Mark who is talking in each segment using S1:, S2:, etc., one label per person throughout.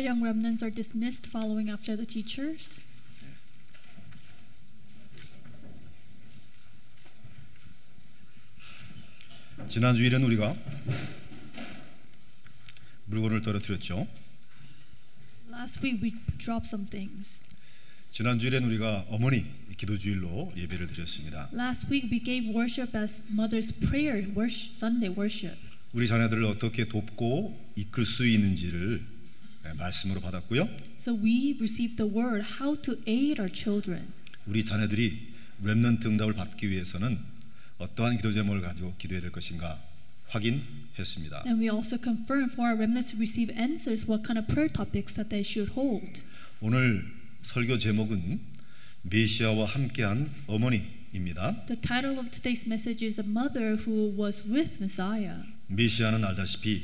S1: Young remnants are dismissed following after the teachers.
S2: 지난 주일은 우리가 물건을 떨어뜨렸죠.
S1: Last week we dropped some things.
S2: 지난 주일엔 우리가 어머니 기도 주일로 예배를 드렸습니다.
S1: Last week we gave worship as Mother's Prayer worship, Sunday worship.
S2: 우리 자녀들을 어떻게 돕고 이끌 수 있는지를 네, 말씀으로 받았고요.
S1: So we received the word how to aid our children.
S2: 우리 자녀들이 렘넌트 응답을 받기 위해서는 어떠한 기도 제목을 가지고 기도해야 될 것인가 확인했습니다.
S1: And we also confirmed for our remnants to receive answers what kind of prayer topics that they should hold.
S2: 오늘 설교 제목은 메시아와 함께한 어머니입니다.
S1: The title of today's message is A Mother Who Was With Messiah.
S2: 메시아는 알다시피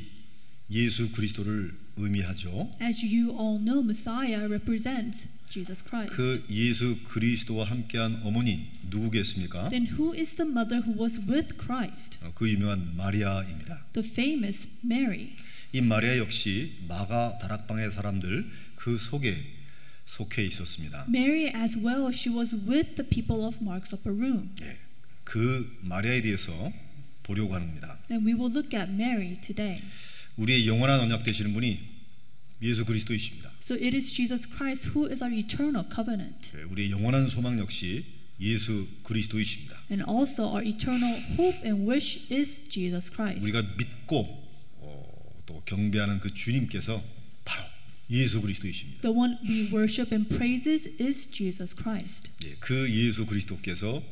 S2: 예수 그리스도를 의미하죠.
S1: As you all know, Messiah represents Jesus Christ.
S2: 그 예수 그리스도와 함께한 어머니 누구겠습니까?
S1: Then who is the mother who was with Christ?
S2: 어, 그 유명한 마리아입니다.
S1: The famous Mary.
S2: 이 마리아 역시 마가 다락방의 사람들 그 속에 속해 있었습니다.
S1: Mary as well, she was with the people of Mark's upper room.
S2: 예, 그 마리아에 대해서 보려고 합니다.
S1: And we will look at Mary today.
S2: 우리의 영원한 언약 되시는 분이 예수 그리스도이십니다.
S1: So it is Jesus Christ who is our eternal covenant.
S2: 예, 우리의 영원한 소망 역시 예수 그리스도이십니다.
S1: And also our eternal hope and wish is Jesus Christ.
S2: 우리가 믿고 어, 또 경배하는 그 주님께서 바로 예수 그리스도이십니다.
S1: The one we worship and praises is Jesus Christ.
S2: 예, 그 예수 그리스도께서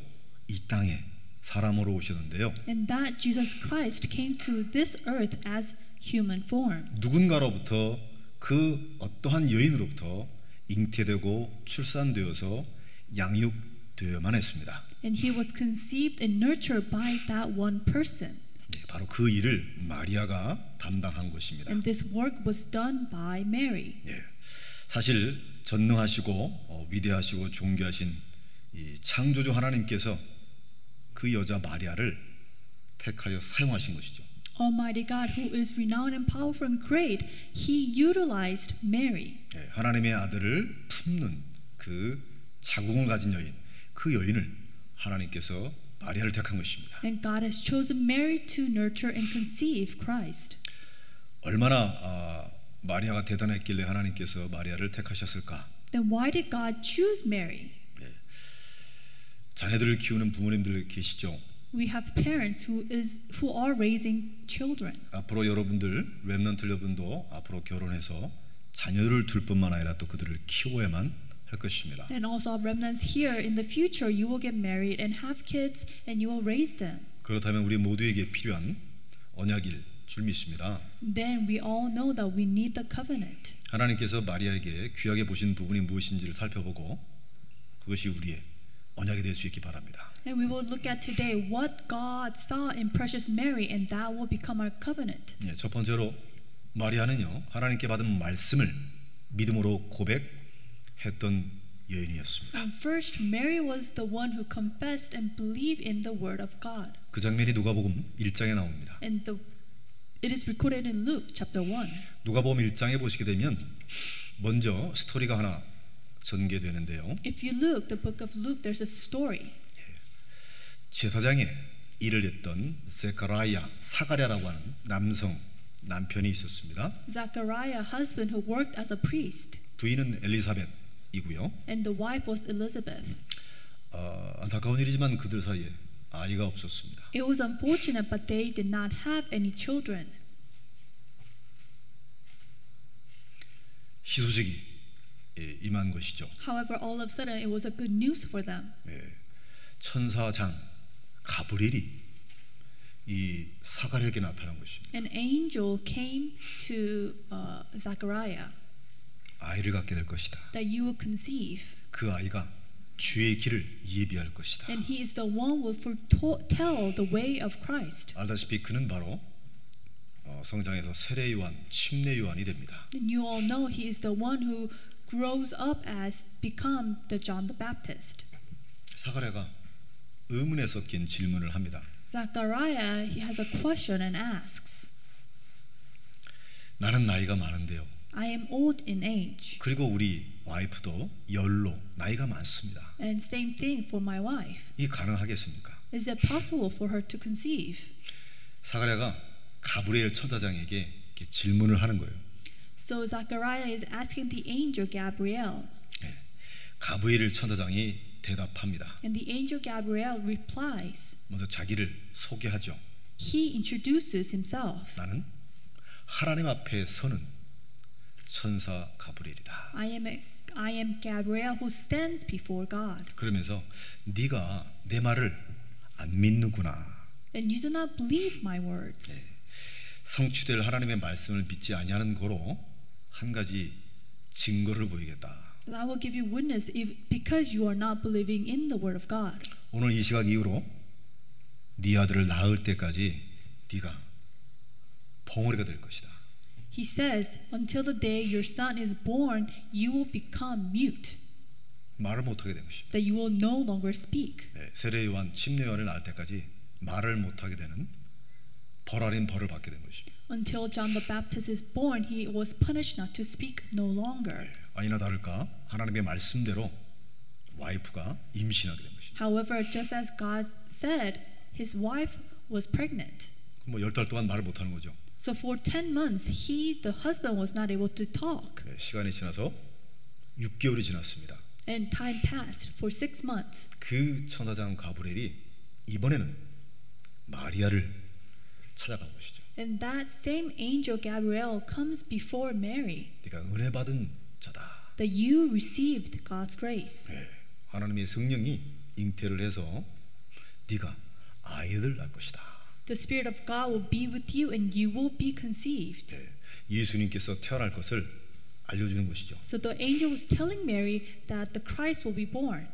S2: 이 땅에 사람으로 오셨는데요.
S1: And that Jesus Christ came to this earth as human form.
S2: 누군가로부터 그 어떠한 여인으로부터 잉태되고 출산되어서 양육되어야만 했습니다.
S1: And he was conceived and nurtured by that one person.
S2: 예, 바로 그 일을 마리아가 담당한 것입니다.
S1: And this work was done by Mary.
S2: 예, 사실 전능하시고 어, 위대하시고 존귀하신 이 창조주 하나님께서 그 여자 마리아를 택하여 사용하신 것이죠.
S1: Almighty God, who is renowned and powerful and great, he utilized Mary.
S2: 예, 하나님의 아들을 품는 그 자궁을 가진 여인, 그 여인을 하나님께서 마리아를 택한 것입니다.
S1: And God has chosen Mary to nurture and conceive Christ.
S2: 얼마나 아, 마리아가 대단했길래 하나님께서 마리아를 택하셨을까?
S1: Then why did God choose Mary?
S2: 자녀들을 키우는 부모님들 계시죠.
S1: We have parents who is who are raising children.
S2: 앞으로 여러분들 렘넌트 여러분도 앞으로 결혼해서 자녀를 둘 뿐만 아니라 또 그들을 키워야만 할 것입니다.
S1: And also our remnants here in the future you will get married and have kids and you will raise them.
S2: 그렇다면 우리 모두에게 필요한 언약일 줄 믿습니다.
S1: Then we all know that we need the covenant.
S2: 하나님께서 마리아에게 귀하게 보신 부분이 무엇인지를 살펴보고 그것이 우리의 언약이 될 수 있기 바랍니다.
S1: And we will look at today what God saw in precious Mary, and that will become our covenant.
S2: 예, 첫 번째로 마리아는요 하나님께 받은 말씀을 믿음으로 고백했던 여인이었습니다.
S1: And Um, first, Mary was the one who confessed and believed in the word of God.
S2: 그 장면이 누가복음 1장에 나옵니다.
S1: And the, it is recorded in Luke chapter 1.
S2: 누가복음 1장에 보시게 되면 먼저 스토리가 하나 전개되는데요.
S1: If you look, the book of Luke, there's a story.
S2: 제사장에 일을 했던 세카라야 사가랴라고 하는 남성 남편이 있었습니다.
S1: Zachariah, husband who worked as a priest,
S2: 부인은 엘리사벳이고요.
S1: and the wife was Elizabeth.
S2: 어, 안타까운 일이지만 그들 사이에 아이가 없었습니다.
S1: It was unfortunate, but they did not have any children.
S2: 희소식이 예, 임한 것이죠.
S1: However, all of a sudden, it was a good news for them.
S2: 예, 천사장 가브리엘이 이 사가랴에게 나타난 것입니다.
S1: An angel came to uh, Zechariah
S2: 아이를 갖게 될 것이다.
S1: that you will conceive,
S2: 그 아이가 주의 길을 예비할 것이다.
S1: and he is the one who will foretell the way of Christ.
S2: 알다시피 그는 바로 어, 성장에서 세례 요한, 침례 요한이 됩니다.
S1: And you all know he is the one who grows up as become the John the Baptist.
S2: 사가랴가 의문에 섞인 질문을 합니다.
S1: Zechariah he has a question and asks,
S2: 나는 나이가 많은데요.
S1: I am old in age.
S2: 그리고 우리 와이프도 연로 나이가 많습니다.
S1: And same thing for my wife.
S2: 이 가능하겠습니까?
S1: Is it possible for her to conceive?
S2: 사가랴가 가브리엘 천사장에게 이렇게 질문을 하는 거예요.
S1: So Zachariah is asking the angel Gabriel,
S2: 예. 가브리엘 천사장이 대답합니다.
S1: and the angel Gabriel replies.
S2: 먼저 자기를 소개하죠.
S1: He introduces himself.
S2: 나는 하나님 앞에 서는 천사 가브리엘이다.
S1: I am I am Gabriel who stands before God.
S2: 그러면서 네가 내 말을 안 믿는구나.
S1: And you do not believe my words.
S2: 성취될 하나님의 말씀을 믿지 아니하는 거로 한 가지 증거를 보이겠다.
S1: And I will give you witness if because you are not believing in the word of God.
S2: 오늘 이 시각 이후로 네 아들을 낳을 때까지 네가 벙어리가 될 것이다.
S1: He says, until the day your son is born, you will become mute,
S2: 말을 못하게 된 것이다.
S1: that you will no longer speak.
S2: 네, 세례 요한, 침례 요한을 낳을 때까지 말을 못하게 되는 벌 아닌 벌을 받게 된 것이다.
S1: Until John the Baptist is born, he was punished not to speak no longer.
S2: 네, 아니나 다를까 하나님의 말씀대로 와이프가 임신하게 된 것이다.
S1: However, just as God said, his wife was pregnant.
S2: 뭐열 달 동안 말을 못하는 거죠.
S1: So for 10 months, he, the husband, was not able to talk.
S2: 네, 시간이 지나서 6개월이 지났습니다.
S1: And time passed for six months.
S2: 그 천사장 가브리엘이 이번에는 마리아를 찾아간 것이죠.
S1: And that same angel Gabriel comes before Mary,
S2: 네가 은혜 받은 자다.
S1: that you received God's grace.
S2: 네, 하나님의 성령이 잉태를 해서 네가 아이를 낳을 것이다.
S1: The Spirit of God will be with you and you will be conceived.
S2: 네, 예수님께서 태어날 것을 알려주는 것이죠.
S1: So the angel was telling Mary that the Christ will be born.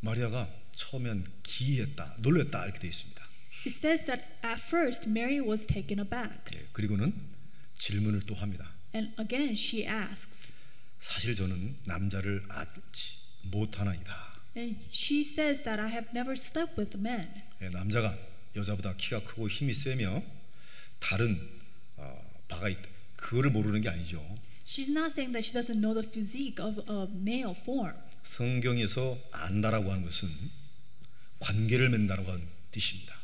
S2: 마리아가 처음엔 기이했다, 놀랬다 이렇게 되어 있습니다.
S1: It says that at first Mary was taken aback.
S2: 예, 그리고는 질문을 또 합니다.
S1: And again she asks.
S2: 사실 저는 남자를 알지 못하나이다.
S1: And she says that I have never slept with men.
S2: 예, 남자가 여자보다 키가 크고 힘이 세며 다른 어, 바가 있다. 그거를 모르는 게 아니죠.
S1: She's not saying that she doesn't know the physique of a male form.
S2: 성경에서 안다라고 하는 것은 관계를 맺는다라고 하는 뜻입니다.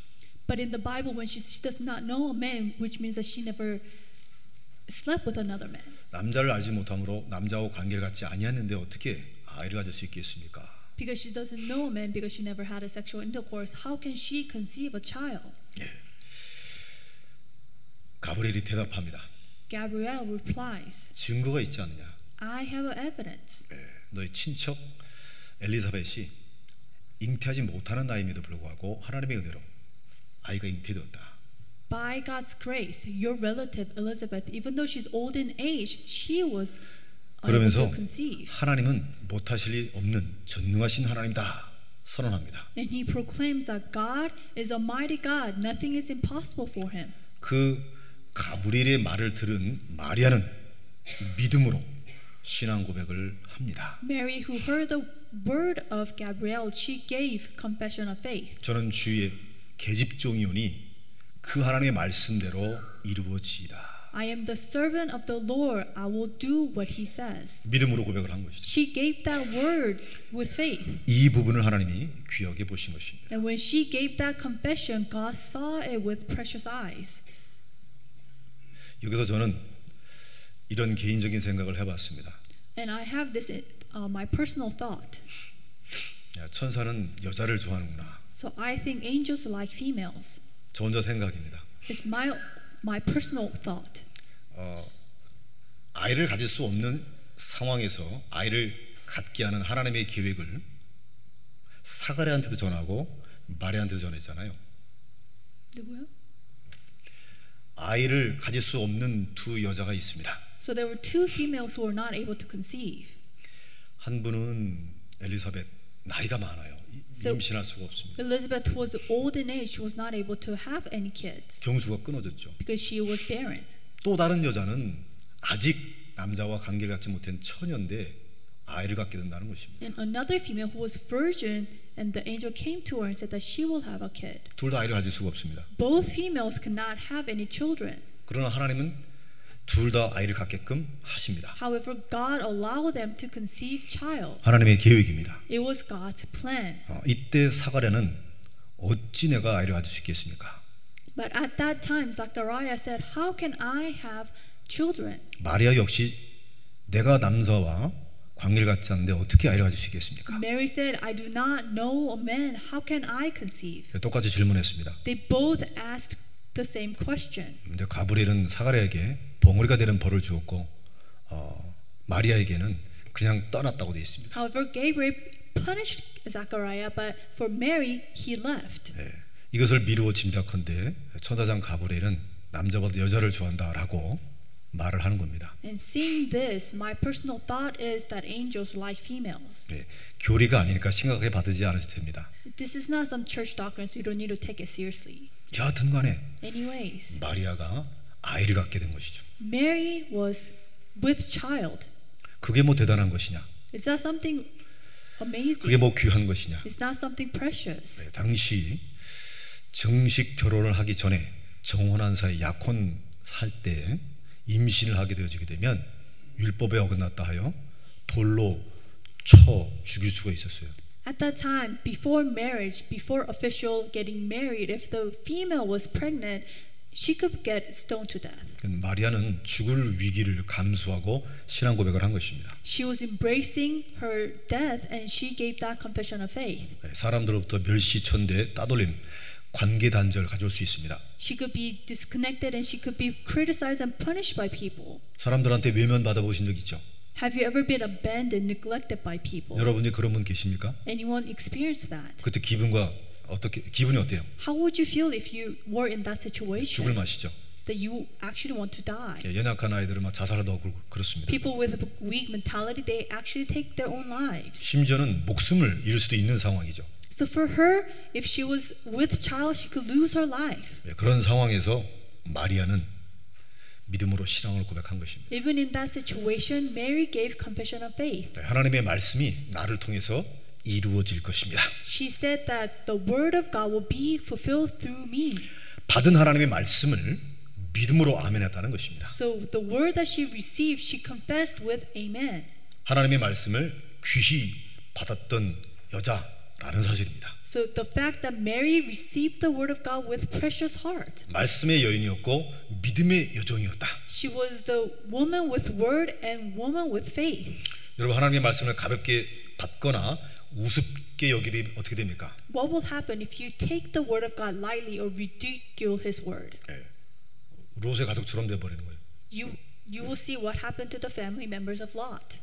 S1: But in the Bible, when she, she does not know a man, which means that she never slept with another man.
S2: 남자를 알지 못함으로 남자하고 관계를 갖지 아니했는데 어떻게 아이를 가질 수 있겠습니까?
S1: Because she doesn't know a man because she never had a sexual intercourse, how can she conceive a child?
S2: 가브리엘이 대답합니다.
S1: Gabrielle replies,
S2: 증거가 있지 않느냐?
S1: I have evidence.
S2: 너의 친척 엘리사벳이 잉태하지 못하는 나이임에도 불구하고 하나님의 은혜로 아이가 잉태되었다.
S1: By God's grace, your relative Elizabeth, even though she's old in age, she was unable to
S2: 그러면서
S1: conceive.
S2: 하나님은 못하실 일 없는 전능하신 하나님이다 선언합니다.
S1: And he proclaims that God is a mighty God, nothing is impossible for him.
S2: 그 가브리엘의 말을 들은 마리아는 믿음으로 신앙 고백을 합니다.
S1: Mary, who heard the word of Gabriel, she gave confession of faith.
S2: 저는 주의 계집종이오니 그 하나님의 말씀대로 이루어지이다.
S1: I am the servant of the Lord. I will do what he says.
S2: 믿음으로 고백을 한 것이죠.
S1: She gave that words with faith.
S2: 이 부분을 하나님이 귀하게 보신 것입니다.
S1: And when she gave that confession, God saw it with precious eyes.
S2: 여기서 저는 이런 개인적인 생각을 해봤습니다.
S1: And I have this, uh, my personal thought.
S2: 야, 천사는 여자를 좋아하는구나.
S1: So I think angels like females.
S2: 저 혼자 생각입니다.
S1: It's my, my personal thought.
S2: 어, 아이를 가질 수 없는 상황에서 아이를 갖게 하는 하나님의 계획을 사가랴한테도 전하고 마리아한테도 전했잖아요.
S1: 누구요?
S2: 아이를 가질 수 없는 두 여자가 있습니다.
S1: So there were two females who were not able to conceive.
S2: 한 분은 엘리사벳 나이가 많아요. 이-
S1: So-
S2: 임신할 수가 없습니다.
S1: Elizabeth was old in age. She was not able to have any kids
S2: 경수가 끊어졌죠.
S1: because she was barren.
S2: 또 다른 여자는 아직 남자와 관계를 갖지 못한 처녀인데 아이를 갖게 된다는 것입니다.
S1: And another female who was virgin, and the angel came to her and said that she will have a kid.
S2: 둘 다 아이를 가질 수가 없습니다.
S1: Both females cannot have any children,
S2: 그러나 하나님은 둘 다 아이를 갖게끔 하십니다.
S1: However, God allowed them to conceive child.
S2: 하나님의 계획입니다.
S1: It was God's plan.
S2: 어, 이때 사가랴는 어찌 내가 아이를 가질 수 있겠습니까?
S1: But at that time, Zechariah said, How can I have children?
S2: 마리아 역시 내가 남자와 관계를 갖지 않는데 어떻게 아이를 가질 수 있겠습니까?
S1: Mary said, I do not know a man. How can I conceive?
S2: 똑같이 질문했습니다.
S1: They both asked the same question.
S2: 근데 가브리엘은 사가랴에게 봉우리가 되는 벌을 주었고 어, 마리아에게는 그냥 떠났다고 되어 있습니다.
S1: However, Gabriel punished Zechariah, but for Mary, he left.
S2: 예, 이것을 미루어 짐작컨대 천사장 가브리엘은 남자보다 여자를 좋아한다라고 말을 하는 겁니다.
S1: And seeing this, my personal thought is that angels like females.
S2: 예, 교리가 아니니까 심각하게 받지 않으셔도 됩니다.
S1: This is not some church doctrine, so you don't need to take it seriously.
S2: 여하튼간에
S1: Anyways,
S2: 마리아가 아이를 갖게 된 것이죠.
S1: Mary was with child.
S2: 그게 뭐 대단한 것이냐?
S1: Is that something
S2: 그게
S1: amazing?
S2: 뭐 귀한 것이냐?
S1: It's not something precious.
S2: 네, 당시 정식 결혼을 하기 전에 정혼한 사이 약혼 살 때 임신을 하게 되어지게 되면 율법에 어긋났다 하여 돌로 쳐 죽일 수가 있었어요.
S1: At that time, before marriage, before official getting married, if the female was pregnant, she could get stoned to death.
S2: 그러니까 마리아는 죽을 위기를 감수하고 신앙 고백을 한 것입니다.
S1: She was embracing her death and she gave that confession of faith.
S2: 네, 사람들로부터 멸시천대 따돌림, 관계 단절 가져올 수 있습니다.
S1: She could be disconnected and she could be criticized and punished by people.
S2: 사람들한테 외면 받아보신 적 있죠?
S1: Have you ever been abandoned, neglected by people?
S2: 여러분이 그런 분 계십니까?
S1: Anyone experienced that?
S2: 그때 기분과 어떻게 기분이 어때요?
S1: How would you feel if you were in that
S2: 죽을
S1: situation
S2: 맛이죠.
S1: that you actually want to die?
S2: 예, 연약한 아이들은 막 자살하다 고 그렇습니다.
S1: People with a weak mentality, they actually take their own lives.
S2: 심지어는 목숨을 잃을 수도 있는 상황이죠.
S1: So for her, if she was with child, she could lose her life.
S2: 예, 그런 상황에서 마리아는 믿음으로 신앙을 고백한 것입니다.
S1: Even in that situation, Mary gave confession of faith.
S2: 네, 하나님의 말씀이 나를 통해서 이루어질 것입니다.
S1: She said that the word of God will be fulfilled through me.
S2: 받은 하나님의 말씀을 믿음으로 아멘했다는 것입니다.
S1: So the word that she received, she confessed with amen.
S2: 하나님의 말씀을 귀히 받았던 여자라는 사실입니다.
S1: So the fact that Mary received the word of God with precious heart.
S2: 말씀의 여인이었고 믿음의 여종이었다.
S1: She was the woman with word and woman with faith.
S2: 여러분 하나님의 말씀을 가볍게 받거나 우습게 여기되 어떻게 됩니까?
S1: What will happen if you take the word of God lightly or ridicule his word?
S2: 예. 롯의 가족처럼 돼 버리는 거예요.
S1: You you will see what happened to the family members of Lot.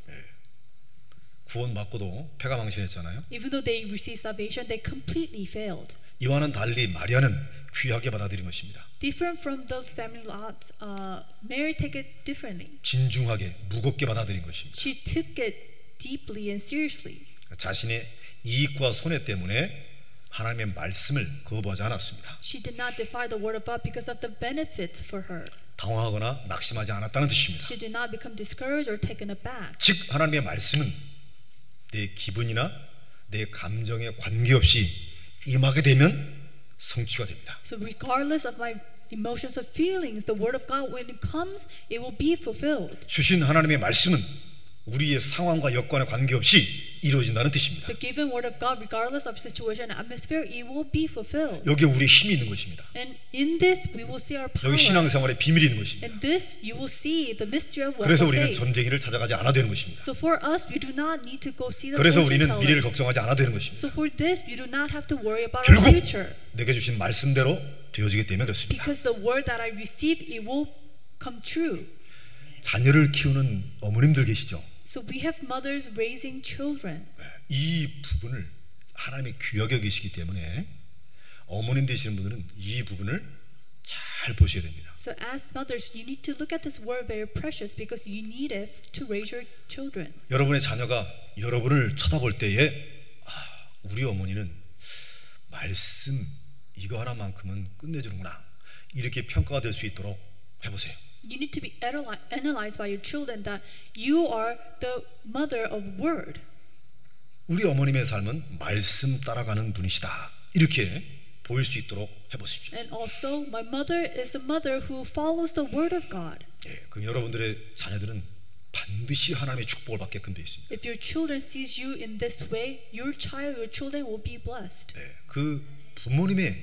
S2: 구원 받고도 패가 망신했잖아요.
S1: Even though they received salvation, they completely failed.
S2: 이와는 달리 마리아는 귀하게 받아들인 것입니다.
S1: Different from the family Lot, uh, Mary took it differently.
S2: 진중하게 무겁게 받아들인 것입니다. 그러니까
S1: She took it deeply and seriously.
S2: 자신의 이익과 손해 때문에 하나님의 말씀을 거부하지 않았습니다.
S1: She did not defy the word of God because of the benefits for her.
S2: 당황하거나 낙심하지 않았다는 뜻입니다.
S1: She did not become discouraged or taken aback.
S2: 즉 하나님의 말씀은 내 기분이나 내 감정에 관계없이 임하게 되면 성취가 됩니다.
S1: So regardless of my emotions or feelings, the word of God, when it comes, it will be fulfilled.
S2: 주신 하나님의 말씀은 우리의 상황과 여건에 관계없이 이루어진다는 뜻입니다.
S1: The given word of God, regardless of situation and atmosphere, it will be fulfilled.
S2: 여기에 우리의 힘이 있는 것입니다.
S1: And in this, we will see our power.
S2: 여기 신앙생활의 비밀이 있는 것입니다.
S1: In this, you will see the mystery of what
S2: 그래서
S1: of
S2: 우리는
S1: faith.
S2: 전쟁이를 찾아가지 않아도 되는 것입니다.
S1: So for us, we do not need to go see the
S2: 그래서
S1: fortune
S2: 우리는 미래를
S1: tellers.
S2: 걱정하지 않아도 되는 것입니다.
S1: So for this, we do not have to worry about our
S2: 결국
S1: future
S2: 내게 주신 말씀대로 되어지기 때문에 그렇습니다.
S1: because the word that I receive, it will come true.
S2: 자녀를 키우는 어머님들 계시죠?
S1: So we have mothers raising children.
S2: 이 부분을 하나님의 귀하게 여기시기 때문에 어머님 되시는 분들은 이 부분을 잘 보셔야 됩니다.
S1: So as mothers, you need to look at this word very precious because you need it to raise your children.
S2: 여러분의 자녀가 여러분을 쳐다볼 때에 아, 우리 어머니는 말씀 이거 하나만큼은 끝내주는구나 이렇게 평가가 될 수 있도록 해보세요.
S1: You need to be analy- analyzed by your children that you are the mother of word.
S2: 우리 어머님의 삶은 말씀 따라가는 분이시다 이렇게 보일 수 있도록 해보십시오.
S1: And also, my mother is a mother who follows the word of God.
S2: 예, 그럼 여러분들의 자녀들은 반드시 하나님의 축복을 받게끔 되어 있습니다.
S1: If your children sees you in this way, your child, your children will be blessed.
S2: 예, 그 부모님의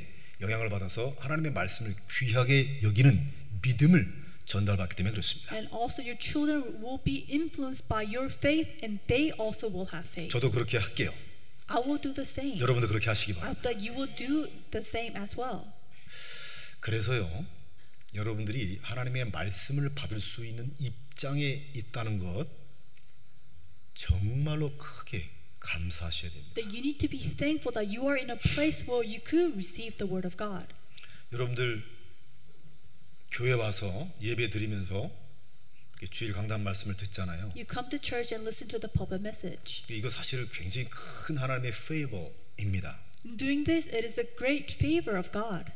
S2: 영향을 받아서 하나님의 말씀을 귀하게 여기는 믿음을 전달받기 때문에 그렇습니다.
S1: And also, your children will be influenced by your faith, and they also will have faith.
S2: 저도 그렇게 할게요.
S1: I will do the same.
S2: 여러분도 그렇게 하시기
S1: I
S2: 바랍니다.
S1: hope that you will do the same as well.
S2: 그래서요, 여러분들이 하나님의 말씀을 받을 수 있는 입장에 있다는 것 정말로 크게 감사하셔야 됩니다.
S1: That you need to be thankful that you are in a place where you could receive the word of God.
S2: 여러분들 교회 와서 예배 드리면서 이렇게 주일 강단 말씀을 듣잖아요.
S1: You come to church and listen to the pulpit message.
S2: 이거 사실 굉장히 큰 하나님의 페이버입니다.
S1: In doing this, it is a great favor of God.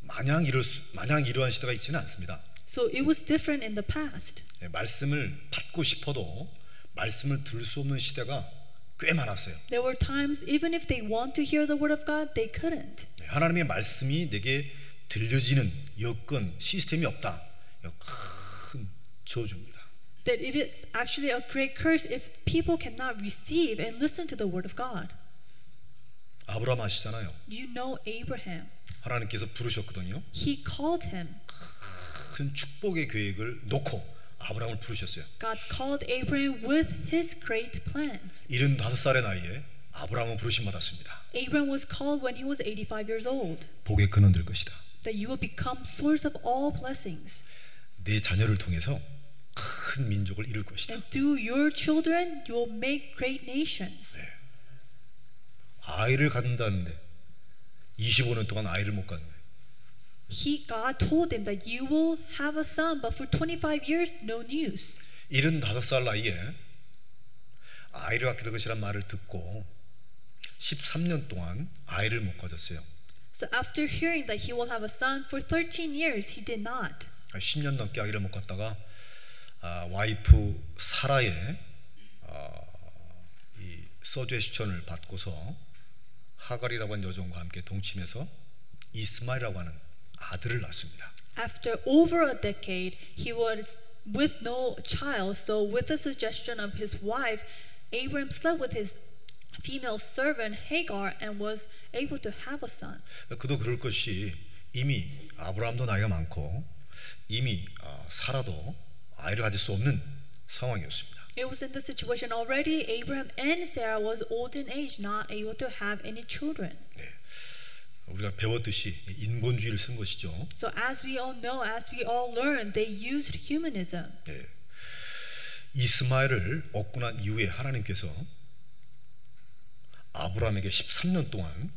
S2: 마냥 이럴 수, 마냥 이러한 시대가 있지는 않습니다.
S1: So it was different in the past.
S2: 예, 말씀을 받고 싶어도 말씀을 들을 수 없는 시대가 꽤 많았어요.
S1: There were times, even if they want to hear the word of God, they couldn't.
S2: 예, 하나님의 말씀이 내게 들려지는 여건 시스템이 없다. 이거 큰 저주입니다.
S1: That it is actually a great curse if people cannot receive and listen to the word of God.
S2: 아브라함 아시잖아요.
S1: You know Abraham.
S2: 하나님께서 부르셨거든요.
S1: He called him.
S2: 큰 축복의 계획을 놓고 아브라함을 부르셨어요.
S1: God called Abraham with his great plans.
S2: 75살의 나이에 아브라함은 부르심 받았습니다.
S1: Abraham was called when he was 85 years old.
S2: 복의 근원 될 것이다.
S1: that you will become source of all blessings.
S2: 내 자녀를 통해서 큰 민족을 이룰 것이다.
S1: And through your children, you will make great nations.
S2: 아이를 갖는다는데 25년 동안 아이를 못 갖는 거예요.
S1: He, God told him that you will have a son, but for 25 years, no news.
S2: 75살 나이에 아이를 갖게 될 것이란 말을 듣고 13년 동안 아이를 못 가졌어요.
S1: So after hearing that he will have a son, for 13 years, he did not.
S2: 그러니까 10년 넘게 아이를 못 갖다가 아, 와이프 사라의 아, 이 서제스천을 받고서 하갈이라고 하는 여종과 함께 동침해서 이스마일이라고 하는 아들을 낳습니다.
S1: After over a decade, he was with no child. So, with the suggestion of his wife, Abram slept with his female servant Hagar and was able to have a son.
S2: 그도 그럴 것이 이미 아브라함도 나이가 많고 이미 아, 사라도 아이를 가질 수 없는 상황이었습니다.
S1: It was in the situation already. Abraham and Sarah was old in age, not able to have any children.
S2: 네. 우리가 배웠듯이 인본주의를 쓴 것이죠.
S1: So as we all know, as we all learned, they used humanism.
S2: 예. 이스마엘을 얻고 난 이후에 하나님께서 아브라함에게 13년 동안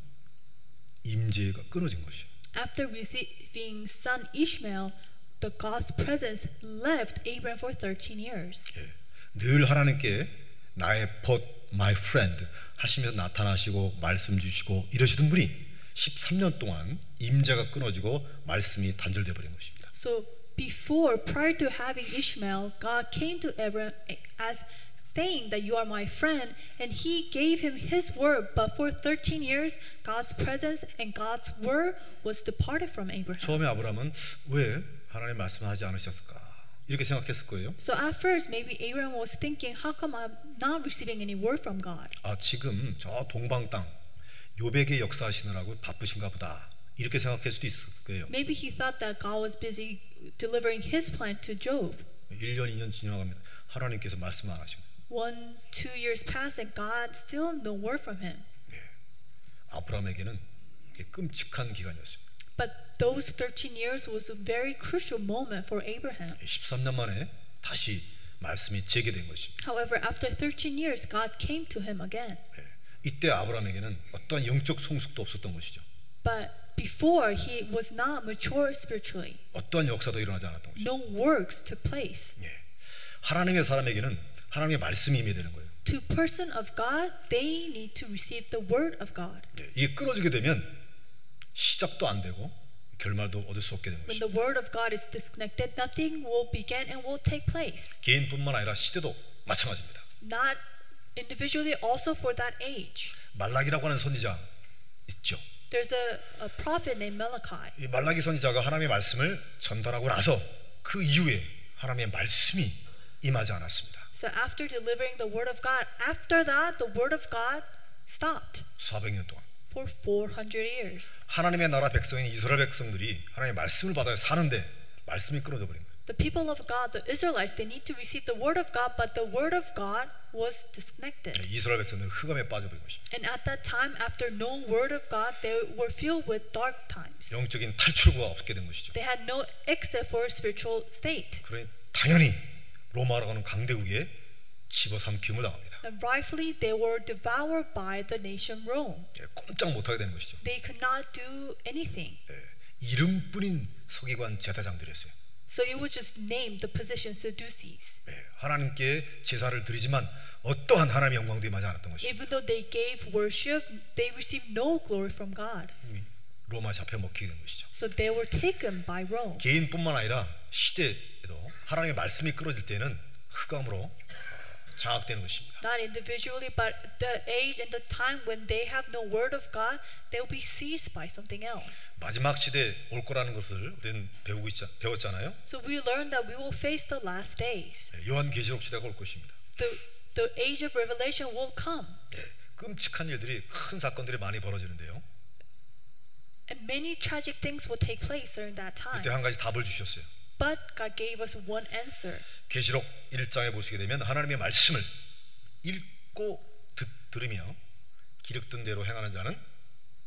S2: 임재가 끊어진 것이에요.
S1: After receiving son Ishmael, the God's presence left Abraham for 13 years.
S2: 예. 늘 하나님께 나의 벗, my friend 하시면서 나타나시고 말씀 주시고 이러시던 분이 13년 동안 임재가 끊어지고 말씀이 단절돼 버린 것입니다.
S1: So before, prior to having Ishmael, God came to Abraham as saying that you are my friend, and he gave him his word. But for 13 years, God's presence and God's word was departed from Abraham.
S2: 처음에 아브라함은 왜 하나님 말씀하지 않으셨을까? 이렇게 생각했을 거예요.
S1: So at first, maybe Abraham was thinking, how come I'm not receiving any word from God?
S2: 아 지금 저 동방 땅 요백의 역사하시느라고 바쁘신가 보다 이렇게 생각할 수도 있을 거예요.
S1: Maybe he thought that God was busy delivering his plan to Job.
S2: 1년 2년 지나갑니다. 하나님께서 말씀 안 하시고
S1: One, two years passed, and God still no word from him.
S2: 아브라함에게는 이게 끔찍한 기간이었어요.
S1: But those 13 years was a very crucial moment for Abraham.
S2: 13년 만에 다시 말씀이 재개된 것입니다.
S1: However, after 13 years, God came to him again.
S2: 예. 이때 아브라함에게는 어떠한 영적 성숙도 없었던 것이죠.
S1: But before, he was not mature spiritually.
S2: 어떠한 역사도 일어나지 않았던 것이죠.
S1: No works took place.
S2: 예. 하나님의 사람에게는 하나님의 말씀이 임해야 되는 거예요.
S1: To person of God, they need to receive the word of God.
S2: 예. 이게 끊어지게 되면 시작도 안 되고 결말도 얻을 수 없게 되는 것이죠.
S1: When the word of God is disconnected, nothing will begin and will take place.
S2: 개인뿐만 아니라 시대도 마찬가지입니다.
S1: Not individually, also for that age.
S2: 말락이라고 하는 선지자 있죠.
S1: There's a, a prophet named Malachi.
S2: 이 말라기 선지자가 하나님의 말씀을 전달하고 나서 그 이후에 하나님의 말씀이 임하지 않았습니다.
S1: So after delivering the word of God, after that, the word of God stopped
S2: 400년 동안
S1: for 400 years.
S2: 하나님의 나라 백성인 이스라엘 백성들이 하나님의 말씀을 받아야 사는데 말씀이 끊어져 버린 거예요.
S1: The people of God, the Israelites, they need to receive the word of God, but the word of God was disconnected.
S2: 이스라엘 백성들은 흑암에 빠져버린 것입니다.
S1: And at that time, after no word of God, they were filled with dark times.
S2: 영적인 탈출구가 없게 된 것이죠.
S1: They had no exit for a spiritual state.
S2: 그러니 당연히 로마라고 하는 강대국에 집어삼킴을 당합니다.
S1: And rightfully, they were devoured by the nation Rome.
S2: 예, 꼼짝 못하게 되는 것이죠.
S1: They could not do anything.
S2: 예, 이름뿐인 서기관 제사장들이었어요.
S1: So it was just named the position Sadducees.
S2: 예, 하나님께 제사를 드리지만 어떠한 하나님의 영광도 임하지 않았던 것이죠.
S1: Even though they gave worship, they received no glory from God.
S2: 이미 로마 잡혀 먹히게 된 것이죠. 예,
S1: So they were taken by Rome.
S2: 개인뿐만 아니라 시대에도 하나님의 말씀이 끊어질 때는 흑암으로 어, 장악되는 것입니다.
S1: Not individually, but the age and the time when they have no word of God, they'll be seized by something else.
S2: 마지막 시대에 올 거라는 것을 우리는 배우고 있자, 되었잖아요.
S1: So we learn that we will face the last days.
S2: 예, 요한계시록 시대가 올 것입니다.
S1: The, the age of revelation will come,
S2: 예, 끔찍한 일들이 큰 사건들이 많이 벌어지는데요.
S1: and many tragic things will take place during that time.
S2: 그때 한 가지 답을 주셨어요.
S1: But God gave us one answer.
S2: 계시록 1장에 보시게 되면 하나님의 말씀을 읽고 듣, 들으며 기록된 대로 행하는 자는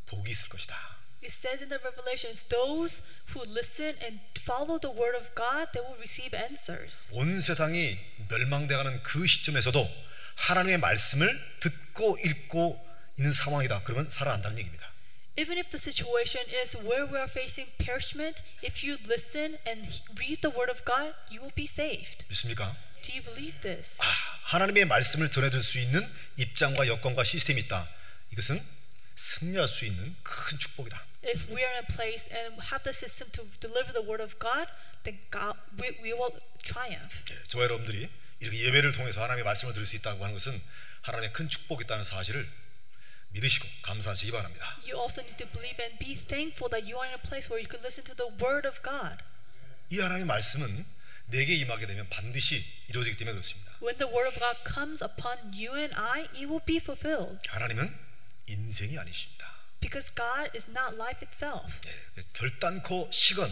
S2: 복이 있을 것이다.
S1: It says in the Revelations, those who listen and follow the word of God, they will receive answers.
S2: 온 세상이 멸망돼가는 그 시점에서도 하나님의 말씀을 듣고 읽고 있는 상황이다. 그러면 살아난다는 얘기입니다.
S1: Even if the situation is where we are facing perishment, if you listen and he- read the word of God, you will be saved.
S2: 믿습니까?
S1: Do you believe this?
S2: 아, 하나님의 말씀을 전해줄 수 있는 입장과 여건과 시스템이 있다. 이것은 승리할 수 있는 큰 축복이다.
S1: If we are in a place and have the system to deliver the word of God, then God, we, we will triumph.
S2: 예, 저와 여러분들이 이렇게 예배를 통해서 하나님의 말씀을 들을 수 있다고 하는 것은 하나님의 큰 축복이 있다는 사실을 믿으시고 감사하시기 바랍니다.
S1: You also need to believe and be thankful that you are in a place where you could listen to the word of God.
S2: 이 하나님의 말씀은 내게 임하게 되면 반드시 이루어지기 때문에 그렇습니다.
S1: When the word of God comes upon you and I, it will be fulfilled
S2: 하나님은 인생이 아니십니다.
S1: because God is not life itself.
S2: 예, 그래서 결단코 시건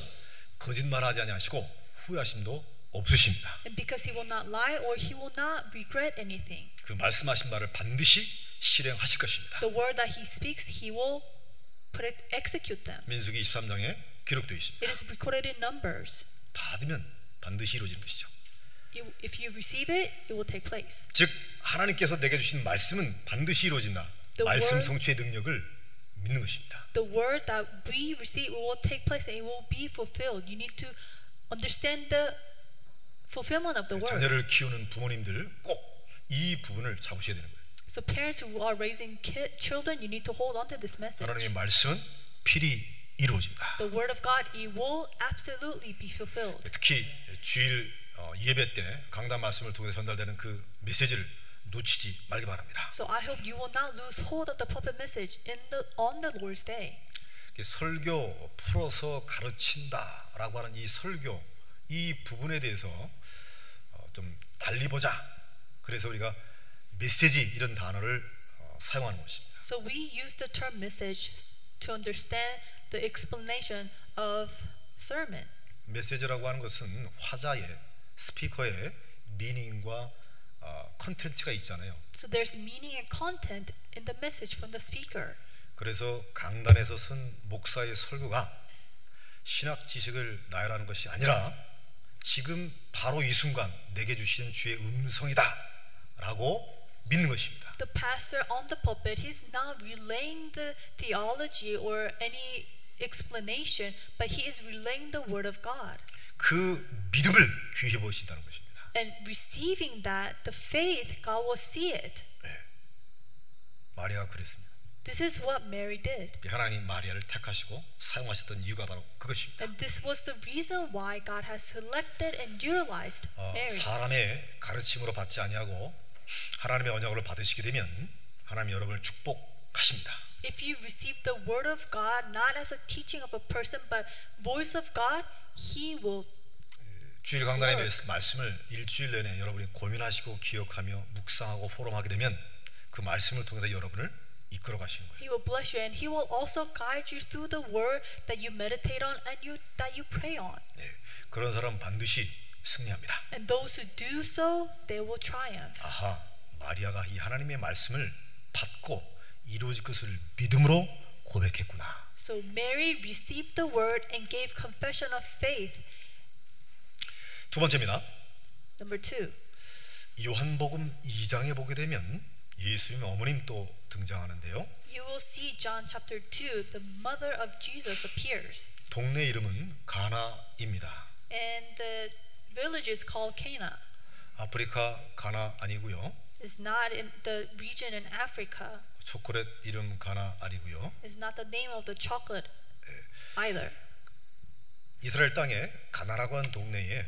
S2: 거짓말하지 아니하시고 후회하심도 없으십니다.
S1: And because he will not lie or he will not regret anything.
S2: 그 말씀하신 말을 반드시 실행하실 것입니다.
S1: The word that he speaks, he will put it, execute them.
S2: 민수기 23장에 기록되어 있습니다.
S1: It is recorded in numbers.
S2: 받으면 반드시 이루어지는 것이죠.
S1: You- if you receive it, it will take place.
S2: 즉 하나님께서 내게 주신 말씀은 반드시 이루어진다.
S1: The
S2: 말씀
S1: word-
S2: 성취의 능력을 믿는 것입니다.
S1: The word that we receive it will take place and it will be fulfilled. You need to understand the fulfillment of the word.
S2: 자녀를 키우는 부모님들 꼭 이 부분을 잡으셔야 되는 거예요.
S1: So parents who are raising kid, children, you need to hold on to this message.
S2: 하나님의 말씀은 필히 이루어진다.
S1: The word of God, it will absolutely be fulfilled.
S2: 특히 주일 어, 예배 때 강단 말씀을 통해 전달되는 그 메시지를 놓치지 말기 바랍니다.
S1: So I hope you will not lose hold of the puppet message in the on the Lord's day.
S2: 이게 설교 풀어서 가르친다라고 하는 이 설교 이 부분에 대해서 어, 좀 달리 보자. 그래서 우리가 메시지 이런 단어를 어, 사용하는 것입니다.
S1: So we use the term message to understand the explanation of sermon.
S2: 메시지라고 하는 것은 화자의 스피커의 미닝과 어, 컨텐츠가 있잖아요.
S1: So there's meaning and content in the message from the speaker.
S2: 그래서 강단에서 쓴 목사의 설교가 신학 지식을 나열하는 것이 아니라 지금 바로 이 순간 내게 주시는 주의 음성이다라고 믿는 것입니다.
S1: The pastor on the pulpit, he's not relaying the theology or any explanation, but he is relaying the word of God
S2: 그 믿음을 귀히 보신다는 것입니다.
S1: and receiving that the faith God will see it.
S2: 예. 마리아가 그랬습니다.
S1: This is what Mary did.
S2: 하나님 마리아를 택하시고 사용하셨던 이유가 바로 그것입니다.
S1: And this was the reason why God has selected and utilized
S2: 어,
S1: Mary.
S2: 사람의 가르침으로 받지 아니하고 하나님의 언약으로 받으시게 되면 하나님 여러분을 축복하십니다.
S1: If you receive the word of God not as a teaching of a person but voice of God, he will
S2: 주일 강단에 대해서 말씀을 일주일 내내 여러분이 고민하시고 기억하며 묵상하고 포럼하게 되면 그 말씀을 통해서 여러분을 이끌어 가시는 거예요.
S1: he will bless you and he will also guide you through the word that you meditate on and you that you pray on.
S2: 예, 그런 사람 은 반드시 승리합니다.
S1: And those who do so, they will triumph.
S2: 아하, 마리아가 이 하나님의 말씀을 받고 이루어질 것을 믿음으로 고백했구나.
S1: So Mary received the word and gave confession of faith.
S2: 두 번째입니다.
S1: Number 2.
S2: 요한복음 2장에 보게 되면 예수님 어머님 또 등장하는데요.
S1: You will see John chapter 2, the mother of Jesus appears.
S2: 동네 이름은 가나입니다.
S1: And the village is called Cana.
S2: 아프리카 가나 아니고요.
S1: It's not in the region in Africa.
S2: 초콜릿 이름 가나 아니고요.
S1: It's not the name of the chocolate either.
S2: 이스라엘 땅에 가나라고 한 동네에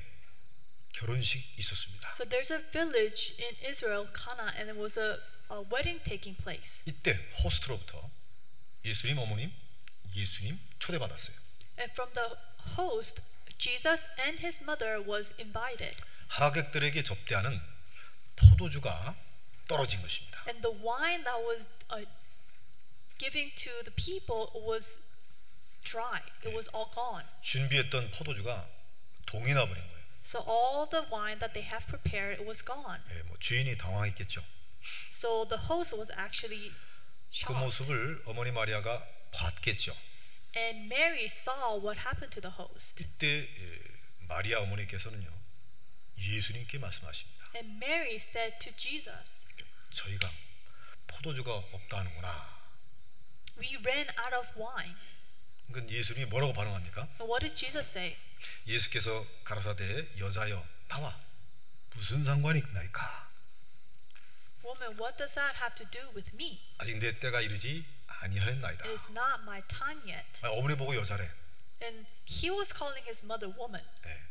S2: 결혼식 있었습니다.
S1: So there's a village in Israel, Cana, and there was a, a wedding taking place.
S2: 이때 호스트로부터 예수님 어머님, 예수님 초대받았어요.
S1: And from the host, Jesus and his mother was invited.
S2: 하객들에게 접대하는 포도주가 떨어진 것입니다.
S1: And the wine that was uh, giving to the people was dry. It was all gone.
S2: 준비했던 포도주가 동이 나버린 거예요.
S1: So all the wine that they have prepared it was gone.
S2: 예, 뭐 주인이 당황했겠죠.
S1: So the host was actually
S2: 그
S1: shocked.
S2: 모습을 어머니 마리아가 봤겠죠.
S1: And Mary saw what happened to the host.
S2: 이때 예, 마리아 어머니께서는요 예수님께 말씀하십니다.
S1: And Mary said to Jesus,
S2: 저희가 포도주가 없다는구나.
S1: We ran out of wine.
S2: 그러니까 예수님이 뭐라고 반응합니까?
S1: And what did Jesus say?
S2: 예수께서 가라사대 여자여 나와 무슨 상관이 나이까?
S1: Woman, what does that have to do with me?
S2: 아직 내 때가 이르지 아니하였나이다.
S1: It is not my time yet.
S2: 아, 어머니 보고 여자래.
S1: And he was calling his mother woman.
S2: 예.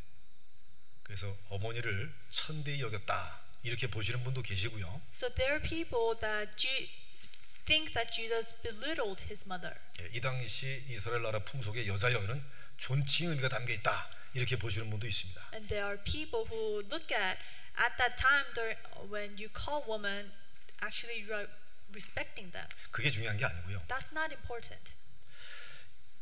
S2: 그래서 어머니를 천대히 여겼다 이렇게 보시는 분도 계시고요.
S1: So there are people that Je- think that Jesus belittled his mother.
S2: 예, 이 당시 이스라엘 나라 풍속에 여자여는 존칭 의미가 담겨 있다 이렇게 보시는 분도 있습니다.
S1: And there are people who look at at that time during, when you call woman, actually re- respecting them.
S2: 그게 중요한 게 아니고요.
S1: That's not important.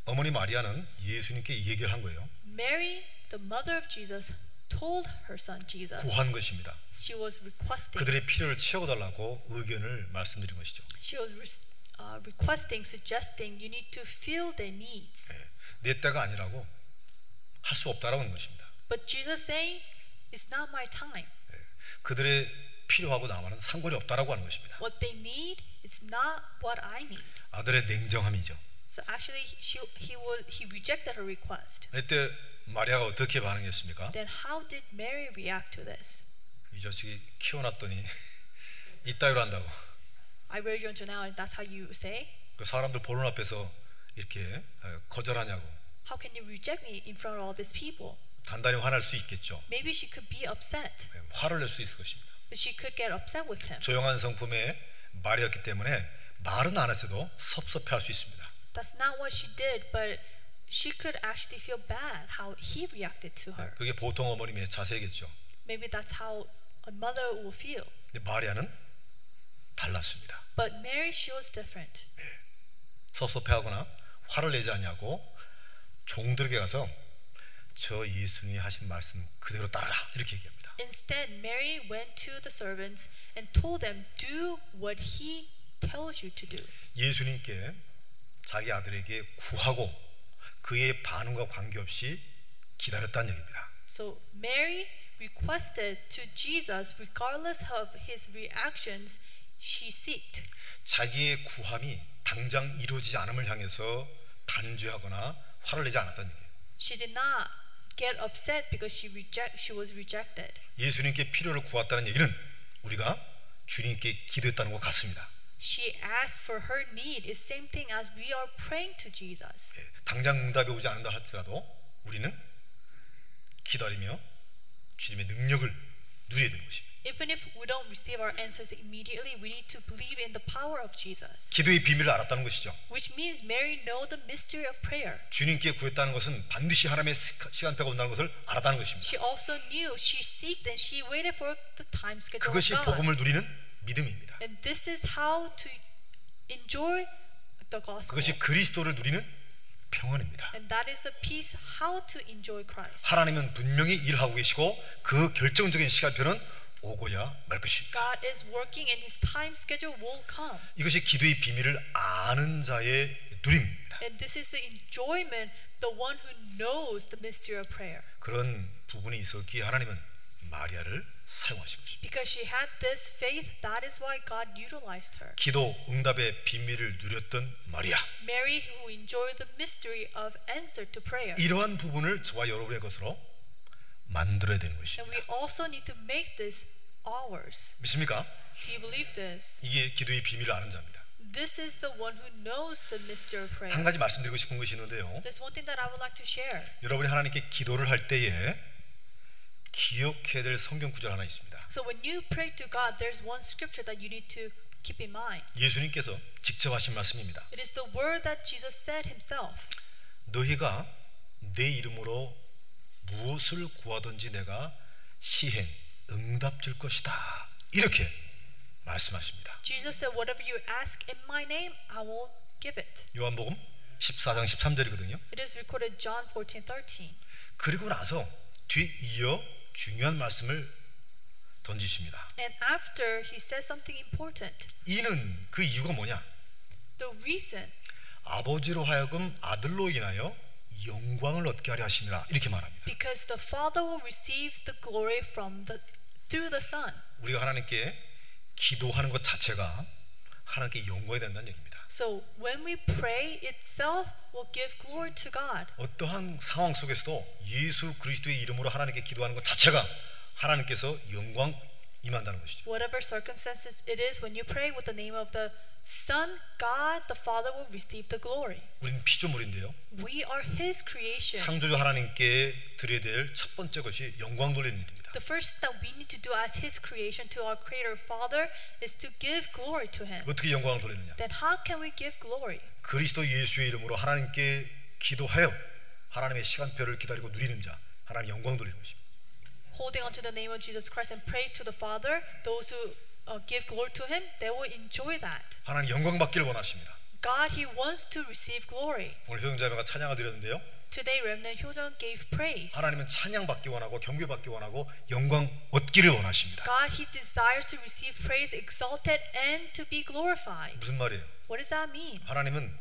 S2: 어머니 마리아는 예수님께 이 얘기를 한 거예요.
S1: Mary, the mother of Jesus, told her son Jesus.
S2: 구한 것입니다.
S1: She was requesting.
S2: 그들의 필요를 채워달라고 의견을 말씀드린 것이죠.
S1: She was res- uh, requesting, suggesting, you need to feel their needs.
S2: 예, 내 때가 아니라고 할 수 없다라는 것입니다.
S1: But Jesus saying, it's not my time.
S2: 예, 그들의 필요하고 나와는 상관이 없다라고 하는 것입니다.
S1: What they need is not what I need.
S2: 아들의 냉정함이죠.
S1: So actually, she, he was, he rejected her request.
S2: 이때 마리아가 어떻게 반응했습니까?
S1: Then how did Mary react to this?
S2: 이 자식이 키워놨더니 이따위로 한다고.
S1: I read you until now, and that's how you say.
S2: 그 사람들 보는 앞에서 이렇게 어, 거절하냐고
S1: How can you reject me in front of all these people?
S2: 단단히 화날 수 있겠죠.
S1: Maybe she could be upset,
S2: 예, 화를 낼 수 있을 것입니다.
S1: but she could get upset with him.
S2: 조용한 성품의 말이었기 때문에 말은 안 했어도 섭섭해할 수 있습니다.
S1: That's not what she did, but she could actually feel bad how he reacted to her.
S2: 그게 보통 어머님의 자세겠죠.
S1: Maybe that's how a mother will feel.
S2: 근데 마리아는 달랐습니다.
S1: But Mary, she was different.
S2: 섭섭해하거나 화를 내지 않냐고 종들에게 가서 저 예수님이 하신 말씀 그대로 따르라 이렇게 얘기합니다.
S1: Instead, Mary went to the servants and told them, Do what he tells you to do.
S2: 예수님께 자기 아들에게 구하고 그의 반응과 관계없이 기다렸다는 얘기입니다.
S1: So Mary requested to Jesus, regardless of his reactions, she seeked.
S2: 자기의 구함이 당장 이루어지지 않음을 향해서 단죄하거나 화를 내지 않았다는 얘기예요.
S1: She did not get upset because she reject she was rejected.
S2: 예수님께 필요를 구했다는 얘기는 우리가 주님께 기도했다는 것 같습니다.
S1: She asked for her need. It's same thing as we are praying to Jesus.
S2: 예, 당장 응답이 오지 않는다 할지라도 우리는 기다리며 주님의 능력을 누려야 되는 것입니다.
S1: Even if we don't receive our answers immediately, we need to believe in the power of Jesus.
S2: 기도의 비밀을 알았다는 것이죠.
S1: Which means Mary know the mystery of prayer.
S2: 주님께 구했다는 것은 반드시 하나님의 시- 시간표가 온다는 것을 알았다는 것입니다.
S1: She also knew she seeked and she waited for the time schedule
S2: 그것이
S1: of God.
S2: 복음을 누리는 믿음입니다.
S1: And this is how to enjoy the gospel.
S2: 그것이 그리스도를 누리는 평안입니다.
S1: And that is a piece how to enjoy Christ.
S2: 하나님은 분명히 일하고 계시고 그 결정적인 시간표는 오고야 말 것입니다.
S1: God is working and his time schedule will come.
S2: 이것이 기도의 비밀을 아는 자의 누림입니다.
S1: And this is the enjoyment the one who knows the mystery of prayer.
S2: 그런 부분이 있었기에 하나님은 마리아를 사용하신 것입니다.
S1: Because she had this faith, that is why God utilized her.
S2: 기도 응답의 비밀을 누렸던 마리아.
S1: Mary, who enjoyed the mystery of answer to prayer.
S2: 이러한 부분을 저와 여러분의 것으로 만들어야 되는
S1: And
S2: 것입니다.
S1: we also need to make this ours.
S2: 믿습니까?
S1: Do you believe this?
S2: 이게 기도의 비밀을 아는 자입니다.
S1: This is the one who knows the mystery of
S2: 한
S1: prayer.
S2: 가지 말씀드리고 싶은 것이 있는데요.
S1: There's one thing that I would like to share.
S2: 여러분이 하나님께 기도를 할 때에 기억해야 될 성경 구절 하나 있습니다.
S1: So when you pray to God, there's one scripture that you need to keep in mind.
S2: 예수님께서 직접 하신 말씀입니다.
S1: It is the word that Jesus said himself.
S2: 너희가 내 이름으로 무엇을 구하든지 내가 시행 응답 줄 것이다. 이렇게 말씀하십니다.
S1: Jesus said, Whatever you ask in my name, I will give it.
S2: 요한복음 14장 13절이거든요.
S1: It is recorded John 14 13.
S2: 그리고 나서 뒤이어 중요한 말씀을 던지십니다.
S1: And after he says something important,
S2: 이는 그 이유가 뭐냐?
S1: the reason
S2: 아버지로 하여금 아들로 인하여 영광을 얻게 하려 하심이라 이렇게 말합니다.
S1: because the Father will receive the glory from the through the Son.
S2: 우리가 하나님께 기도하는 것 자체가 하나님께 영광이 된다는 얘기입니다.
S1: So when we pray itself will give glory to God.
S2: 어떠한 상황 속에서도 예수 그리스도의 이름으로 하나님께 기도하는 것 자체가 하나님께서 영광 임한다는 것이죠.
S1: Whatever circumstances it is, when you pray with the name of the Son, God the Father will receive the glory.
S2: 우리는 피조물인데요.
S1: We are His creation.
S2: 창조주 하나님께 드려야 될 첫 번째 것이 영광 돌리는 일입니다.
S1: The first that we need to do as His creation to our Creator Father is to give glory to Him.
S2: 어떻게 영광을 돌리느냐?
S1: Then how can we give glory?
S2: 그리스도 예수의 이름으로 하나님께 기도하여 하나님의 시간표를 기다리고 누리는 자, 하나님 영광 돌리는 것입니다.
S1: Holding on to the name of Jesus Christ and pray to the Father, those who uh, give glory to Him, they will enjoy that.
S2: 하나님 영광 받기를 원하십니다.
S1: God, He wants to receive glory.
S2: 오늘 효정자매가 찬양을 드렸는데요.
S1: Today, Remnant Hyojeon gave praise.
S2: 하나님은 찬양 받기 원하고 경배 받기 원하고 영광 얻기를 원하십니다.
S1: God, He desires to receive praise, exalted, and to be glorified.
S2: 무슨 말이에요?
S1: What does that mean?
S2: 하나님은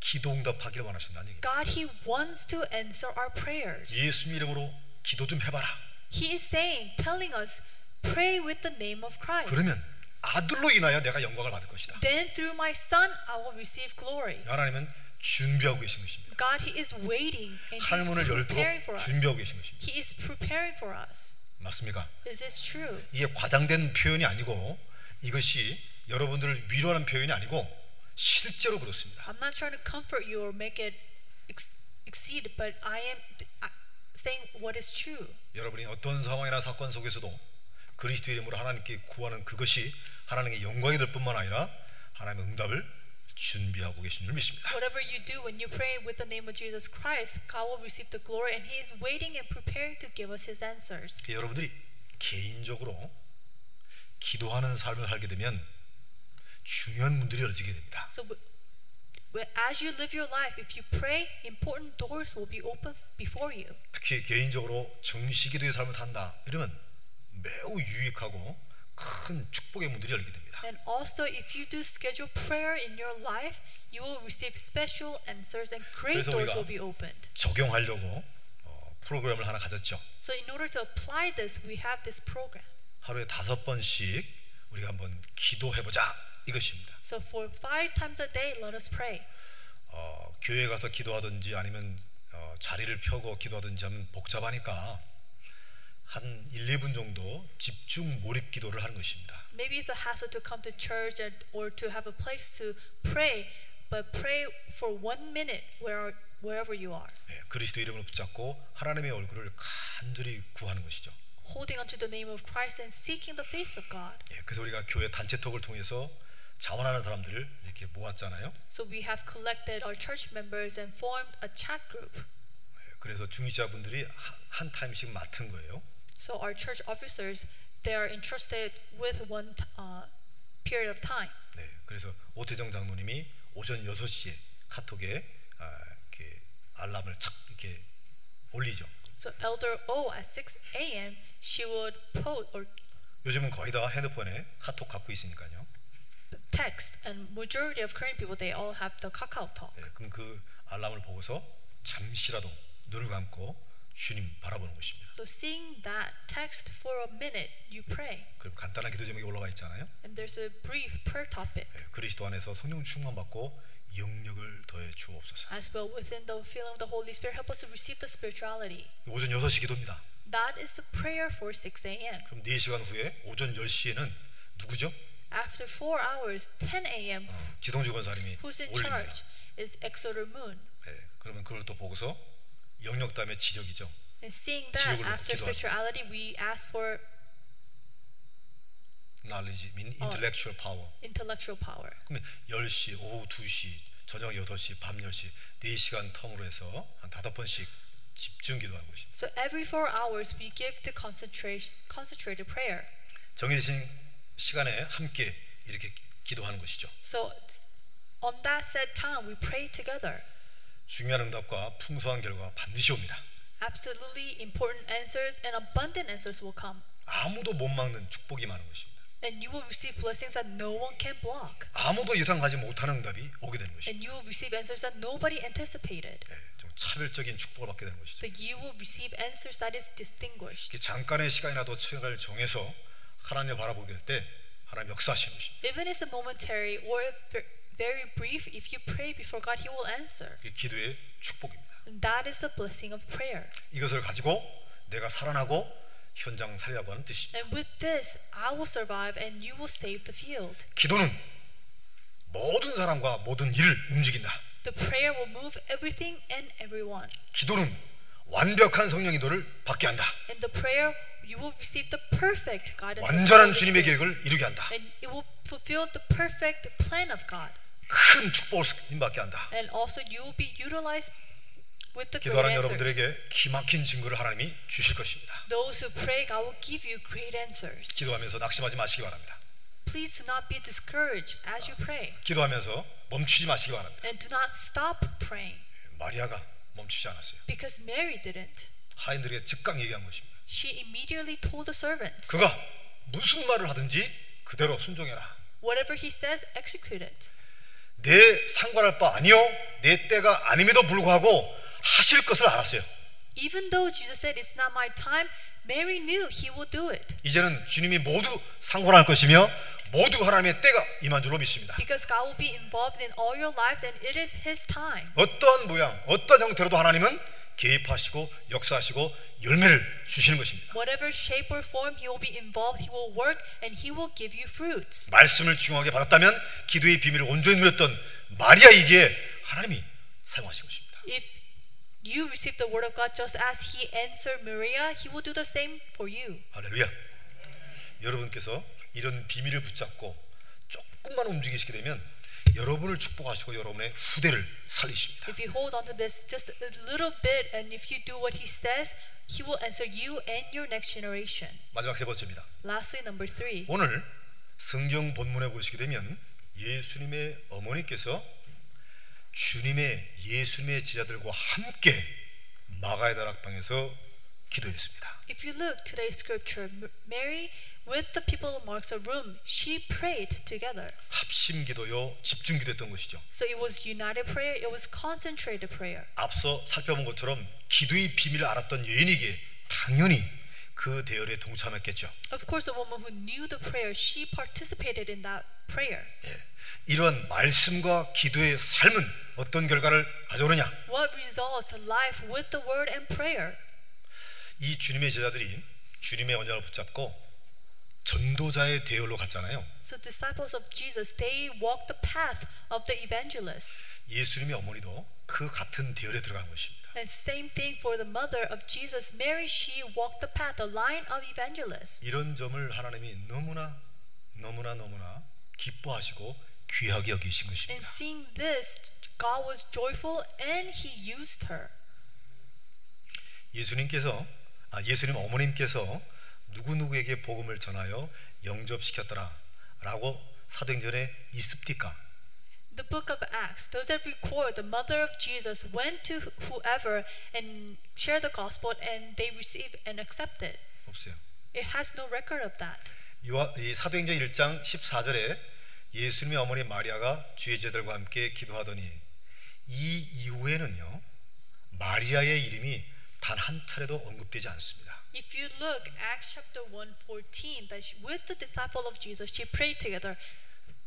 S2: 기도 응답하기를 원하신다는 얘기예요.
S1: God, He wants to answer our prayers.
S2: 예수 이름으로 기도 좀 해봐라.
S1: He is saying, telling us, pray with the name of Christ.
S2: 그러면 아들로 인하여 내가 영광을 받을 것이다.
S1: Then through my Son, I will receive glory.
S2: 하나님은 준비하고 계신 것입니다.
S1: God, He is waiting and He is
S2: 하늘 문을
S1: preparing for
S2: 열도록
S1: us.
S2: 준비하고 계신 것입니다.
S1: He is preparing for us.
S2: 맞습니까?
S1: Is this true?
S2: 이게 과장된 표현이 아니고 이것이 여러분들을 위로하는 표현이 아니고 실제로 그렇습니다.
S1: I'm not trying to comfort you or make it ex- exceed, but I am I- saying what is true.
S2: 여러분이 어떤 상황이나 사건 속에서도 그리스도 이름으로 하나님께 구하는 그것이 하나님의 영광이 될 뿐만 아니라 하나님의 응답을 준비하고 계신 줄 믿습니다.
S1: Whatever you do when you pray with the name of Jesus Christ, God will receive the glory and He is waiting and preparing to give us His answers.
S2: 그 여러분들이 개인적으로 기도하는 삶을 살게 되면 중요한 문들이 열리게 됩니다.
S1: So, w- w- as you live your life, if you pray, important doors will be open before you.
S2: 특히 개인적으로 정식기도의 삶을 산다 이러면 매우 유익하고 큰 축복의 문들이 열리게 됩니다.
S1: And also, if you do schedule prayer in your life, you will receive special answers and great
S2: 그래서
S1: doors
S2: 우리가
S1: will be opened.
S2: 적용하려고 어, 프로그램을 하나 가졌죠.
S1: So, in order to apply this, we have this program.
S2: 하루에 다섯 번씩 우리가 한번 기도해 보자 이것입니다.
S1: So, for five times a day, let us pray.
S2: 어, 교회 가서 기도하든지 아니면 어, 자리를 펴고 기도하든지 하면 복잡하니까 한 1, 2분 정도 집중 몰입 기도를 하는 것입니다.
S1: Maybe it's a hassle to come to church and, or to have a place to pray, but pray for one minute where, wherever you are.
S2: 예, 그리스도 이름을 붙잡고 하나님의 얼굴을 간절히 구하는 것이죠.
S1: holding onto the name of Christ and seeking the face of God.
S2: 예, 그래서 우리가 교회 단체톡을 통해서 자원하는 사람들을 이렇게 모았잖아요. 예,
S1: So we have collected our church members and formed a chat group.
S2: 예, 그래서 중직자분들이 한, 한 타임씩 맡은 거예요.
S1: So our church officers, they are entrusted with one t- uh, period of time.
S2: 네, 그래서 오태정 장로님이 오전 6시에 카톡에 아, 이렇게 알람을 착 이렇게 올리죠.
S1: So Elder O at 6 a.m. she would post or
S2: 요즘은 거의 다 핸드폰에 카톡 갖고 있으니까요.
S1: text, and majority of Korean people they all have the Kakao Talk.
S2: 예, 그럼 그 알람을 보고서 잠시라도 눈을 감고 주님 바라보는 것입니다. 네,
S1: So seeing that text for a minute, you pray,
S2: 그럼 간단한 기도 제목이 올라가 있잖아요.
S1: and there's a brief prayer topic
S2: 예, 그리스도 안에서 성령 충만 받고 영력을 더해 주옵소서.
S1: as well within the feeling of the Holy Spirit. Help us to receive the spirituality.
S2: 오전 6시 기도입니다.
S1: That is the prayer for 6 a.m.
S2: 그럼 4시간 후에 오전 10시에는 누구죠?
S1: After four hours, 10 a.m.
S2: 기동주 권사님이
S1: Who's in
S2: 올립니다.
S1: charge? Is Exeter Moon.
S2: 예, 그러면 그걸 또 보고서 영역담의 지력이죠.
S1: And seeing that
S2: 지옥을
S1: after
S2: 기도하죠.
S1: spirituality, we ask for
S2: knowledge, mean intellectual power.
S1: intellectual power.
S2: 그러면 10시, 오후 2시, 저녁 8시, 밤 10시, 4시간 텀으로 해서 한 다섯 번씩 집중 기도하고 있습니다.
S1: So every four hours, we give the concentration, concentrated prayer.
S2: 정해진 시간에 함께 이렇게 기도하는 것이죠.
S1: So it's- on that set time, we pray together.
S2: 중요한 응답과 풍성한 결과가 반드시 옵니다.
S1: Absolutely important answers and abundant answers will come.
S2: 아무도 못 막는 축복이 많은 것입니다.
S1: And you will receive blessings that no one can block.
S2: 아무도 예상하지 못하는 응답이 오게 되는 것입니다.
S1: And you will receive answers that nobody anticipated.
S2: 예, 좀 차별적인 축복을 받게 되는 것이죠.
S1: That you will receive answers that is distinguished.
S2: 이렇게 잠깐의 시간이라도 시간을 정해서 하나님을 바라보게 될 때 하나님 역사하시는 것입니다. 네,
S1: Even if it's a momentary or if ver- very brief, if you pray before God, He will answer.
S2: 이게 그 기도의 축복입니다.
S1: And that is the blessing of prayer.
S2: 이것을 가지고 내가 살아나고 현장 살려고 하는 뜻입니다.
S1: And with this, I will survive and you will save the field.
S2: 기도는 모든 사람과 모든 일을 움직인다.
S1: The prayer will move everything and everyone.
S2: 기도는 완벽한 성령 인도를 받게 한다.
S1: In the prayer, you will receive the perfect guidance. of the
S2: 완전한
S1: Holy
S2: 주님의
S1: Spirit.
S2: 계획을 이루게 한다.
S1: And it will fulfill the perfect plan of God.
S2: 큰 축복을 받게 한다.
S1: And also, you will be utilized with the great
S2: 기도하는
S1: answers.
S2: 여러분들에게 기막힌 증거를 하나님이 주실 것입니다.
S1: Those who pray, God will give you great answers.
S2: 기도하면서 낙심하지 마시기 바랍니다.
S1: Please do not be discouraged as you pray.
S2: 기도하면서 멈추지 마시기 바랍니다.
S1: And do not stop praying
S2: 마리아가 멈추지 않았어요.
S1: because Mary didn't.
S2: 하인들에게 즉각 얘기한 것입니다.
S1: She immediately told the servants,
S2: 그가 무슨 말을 하든지 그대로 순종해라.
S1: Whatever he says, execute it.
S2: 내 상관할 바 아니요 내 때가 아님에도 불구하고 하실 것을 알았어요.
S1: Even though Jesus said, It's not my time, Mary knew he will do it
S2: 이제는 주님이 모두 상관할 것이며 모두 하나님의 때가 임한 줄로 믿습니다.
S1: because God will be involved in all your lives and it is his time.
S2: 어떠한 모양, 어떠한 형태로도 하나님은 개입하시고 역사하시고 열매를 주시는 것입니다.
S1: Whatever shape or form he will be involved, he will work and he will give you fruits.
S2: 말씀을 중요하게 받았다면 기도의 비밀을 온전히 누렸던 마리아이기에 하나님이 사용하신 것입니다.
S1: If you receive the word of God just as he answered Maria, he will do the same for you.
S2: 할렐루야. 여러분께서 이런 비밀을 붙잡고 조금만 움직이시게 되면 여러분을 축복하시고 여러분의 후대를 살리십니다.
S1: If you hold on to this just a little bit and if you do what he says, he will answer you and your next generation.
S2: 마지막 세 번째입니다.
S1: Lastly, number three.
S2: 오늘 성경 본문에 보시게 되면 예수님의 어머니께서 주님의 예수님의 제자들과 함께 마가의 다락방에서 기도했습니다.
S1: If you look today's scripture, M- Mary with the people marks a room. She prayed together.
S2: 합심 기도요, 집중 기도했던 것이죠.
S1: So it was united prayer, it was concentrated prayer.
S2: 앞서 살펴본 것처럼 기도의 비밀을 알았던 여인에게 당연히 그 대열에 동참했겠죠.
S1: Of course, the woman who knew the prayer, she participated in that prayer.
S2: 예. 이러한 말씀과 기도의 삶은 어떤 결과를 가져오느냐?
S1: What results in life with the word and prayer?
S2: 이 주님의 제자들이 주님의 언약을 붙잡고 전도자의 대열로 갔잖아요.
S1: So disciples of Jesus, they walked the path of the evangelists.
S2: 예수님의 어머니도 그 같은 대열에 들어간 것입니다.
S1: And same thing for the mother of Jesus, Mary, she walked the path, the line of evangelists.
S2: 이런 점을 하나님이 너무나 너무나 너무나 기뻐하시고 귀하게 여기신
S1: And
S2: 것입니다.
S1: seeing this, God was joyful and he used her.
S2: 예수님께서 아, 예수님 어머님께서 누구 누구에게 복음을 전하여 영접시켰더라라고 사도행전에 이습디까
S1: The book of Acts does that record the mother of Jesus went to whoever and shared the gospel and they received and accepted.
S2: 없어요.
S1: It has no record of that.
S2: 요하- 이 사도행전 1장 14절에 예수님의 어머니 마리아가 주의 제자들과 함께 기도하더니 이 이후에는요 마리아의 이름이 단 한 차례도 언급되지 않습니다.
S1: If you look Acts chapter 114 that she, with the disciple of Jesus she prayed together.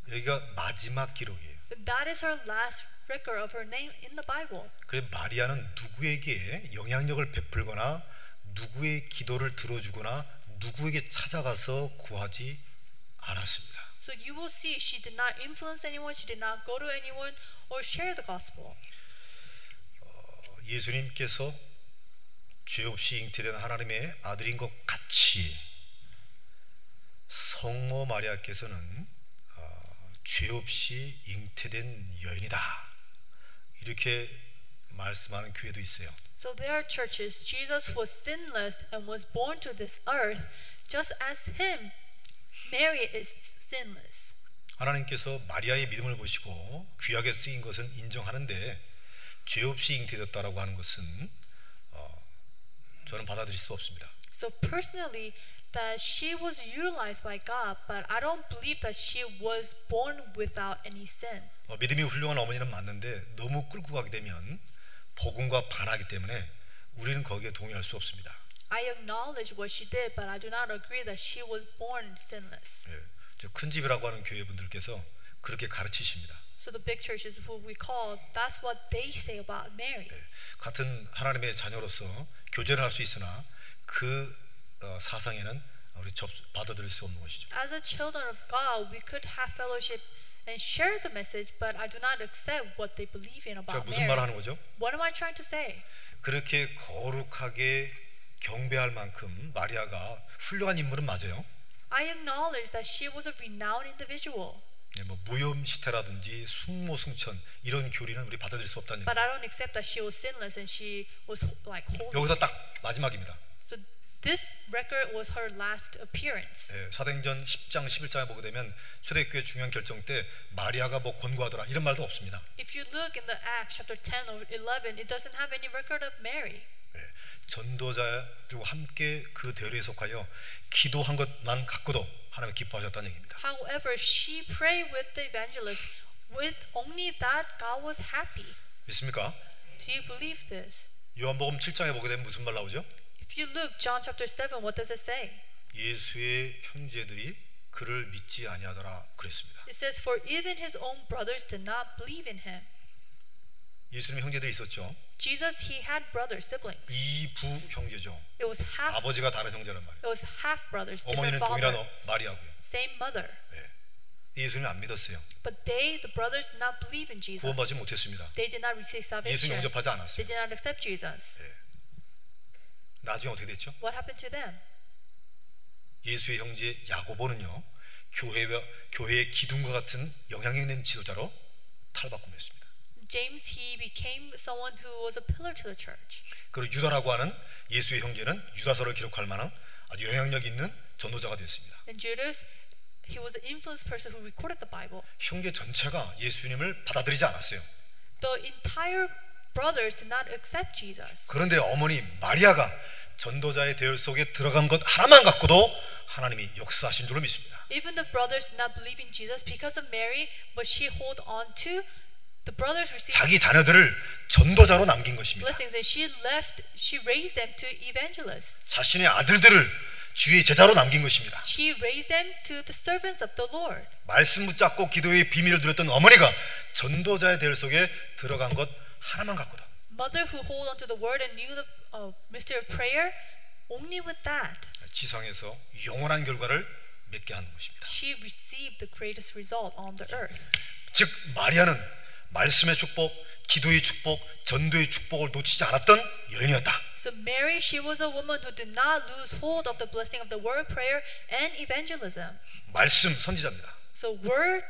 S2: 여기가 마지막 기록이에요.
S1: That is her last record of her name in the Bible.
S2: 그래 마리아는 누구에게 영향력을 베풀거나 누구의 기도를 들어주거나 누구에게 찾아가서 구하지 않았습니다.
S1: So you will see she did not influence anyone, she did not go to anyone or share the gospel.
S2: 어, 예수님께서 죄 없이 잉태된 하나님의 아들인 것 같이 성모 마리아께서는 어, 죄 없이 잉태된 여인이다 이렇게 말씀하는 교회도 있어요.
S1: So there are churches Jesus was sinless and was born to this earth just as him Mary is sinless.
S2: 하나님께서 마리아의 믿음을 보시고 귀하게 쓰인 것은 인정하는데 죄 없이 잉태됐다라고 하는 것은 어, 저는 받아들일 수 없습니다.
S1: So personally, that she was utilized by God, but I don't believe that she was born without any sin.
S2: 어, 믿음이 훌륭한 어머니는 맞는데 너무 끌고 가게 되면 복음과 반하기 때문에 우리는 거기에 동의할 수 없습니다.
S1: I acknowledge what she did, but I do not agree that she was born sinless.
S2: 예, 저큰 집이라고 하는 교회 분들께서 그렇게 가르치십니다.
S1: So the big churches who we call, that's what they say about Mary.
S2: 예, 같은 하나님의 자녀로서 교제를 할 수 있으나 그 어, 사상에는 우리 접 받아들일 수 없는 것이죠. 예.
S1: As a children of God, we could have fellowship and share the message, but I do not accept what they believe in
S2: 제가
S1: about
S2: 무슨 말을
S1: Mary.
S2: 하는 거죠?
S1: What am I trying to say?
S2: 그렇게 거룩하게 경배할 만큼 마리아가 훌륭한 인물은 맞아요.
S1: I acknowledge that she was a renowned individual,
S2: 예, 뭐 무염시태라든지 숙모승천 이런 교리는 우리 받아들일 수 없다는
S1: but
S2: 얘기.
S1: I don't accept that she was sinless and she was ho- like holy.
S2: 여기서 딱 마지막입니다.
S1: So this record was her last appearance.
S2: 예, 사도행전 10장 11장에 보게 되면 초대교회 중요한 결정 때 마리아가 뭐 권고하더라 이런 말도 없습니다.
S1: If you look in the Acts chapter 10 or 11, it doesn't have any record of Mary.
S2: 예, 전도자들과 함께 그 대회에 속하여 기도한 것만 갖고도 하나님 기뻐하셨다는 얘기입니다.
S1: However, she prayed with the evangelist. With only that, God was happy.
S2: 믿습니까?
S1: Do you believe this?
S2: 요한복음 7장에 보게 되면 무슨 말 나오죠?
S1: If you look John chapter 7, what does it say?
S2: 예수의 형제들이 그를 믿지 아니하더라 그랬습니다.
S1: It says, For even his own brothers did not believe in him.
S2: 예수님의 형제들이 있었죠.
S1: Jesus, he had brothers, siblings.
S2: 이부 형제죠.
S1: It was half
S2: Mm. 아버지가 다른 형제란 말이에요.
S1: it was half brothers, different
S2: 어머니는 동일한
S1: father,
S2: 어- 마리아고요.
S1: same mother.
S2: 예. 예수님 안 믿었어요.
S1: But they, the brothers, did not believe in Jesus.
S2: 구원받지 못했습니다.
S1: They did not receive
S2: 예수
S1: salvation.
S2: 영접하지
S1: They
S2: 않았어요.
S1: did not accept Jesus.
S2: 나중에 어떻게 됐죠?
S1: What happened to them?
S2: 예수의 형제 야고보는요. 교회와 교회의 기둥과 같은 영향 있는 지도자로 탈바꿈했습니다.
S1: James, he became someone who was a pillar to the church.
S2: 그리고 유다라고 하는 예수의 형제는 유다서를 기록할 만한 아주 영향력 있는 전도자가 되었습니다.
S1: And Judas, he was an influenced person who recorded the Bible.
S2: 형제 전체가 예수님을 받아들이지 않았어요.
S1: The entire brothers did not accept Jesus.
S2: 그런데 어머니 마리아가 전도자의 대열 속에 들어간 것 하나만 갖고도 하나님이 역사하신 줄로 믿습니다.
S1: Even the brothers did not believe in Jesus because of Mary, but she hold on to the brothers received
S2: 자기 자녀들을 전도자로 남긴 것입니다.
S1: blessings and she left she raised them to evangelists.
S2: 자신의 아들들을 주의 제자로 남긴 것입니다.
S1: She raised them to the servants of the Lord.
S2: 말씀 붙잡고 기도의 비밀을 누렸던 어머니가 전도자의 대열 속에 들어간 것 하나만 갖고도
S1: Mother who hold on to the word and knew the uh, mystery of prayer, only with that
S2: 지상에서 영원한 결과를 맺게 하는 것입니다.
S1: she received the greatest result on the earth.
S2: 즉 마리아는 말씀의 축복, 기도의 축복, 전도의 축복을 놓치지 않았던 여인이었다.
S1: So Mary, she was a woman who did not lose hold of the blessing of the word, prayer, and evangelism.
S2: 말씀 선지자입니다.
S1: So word,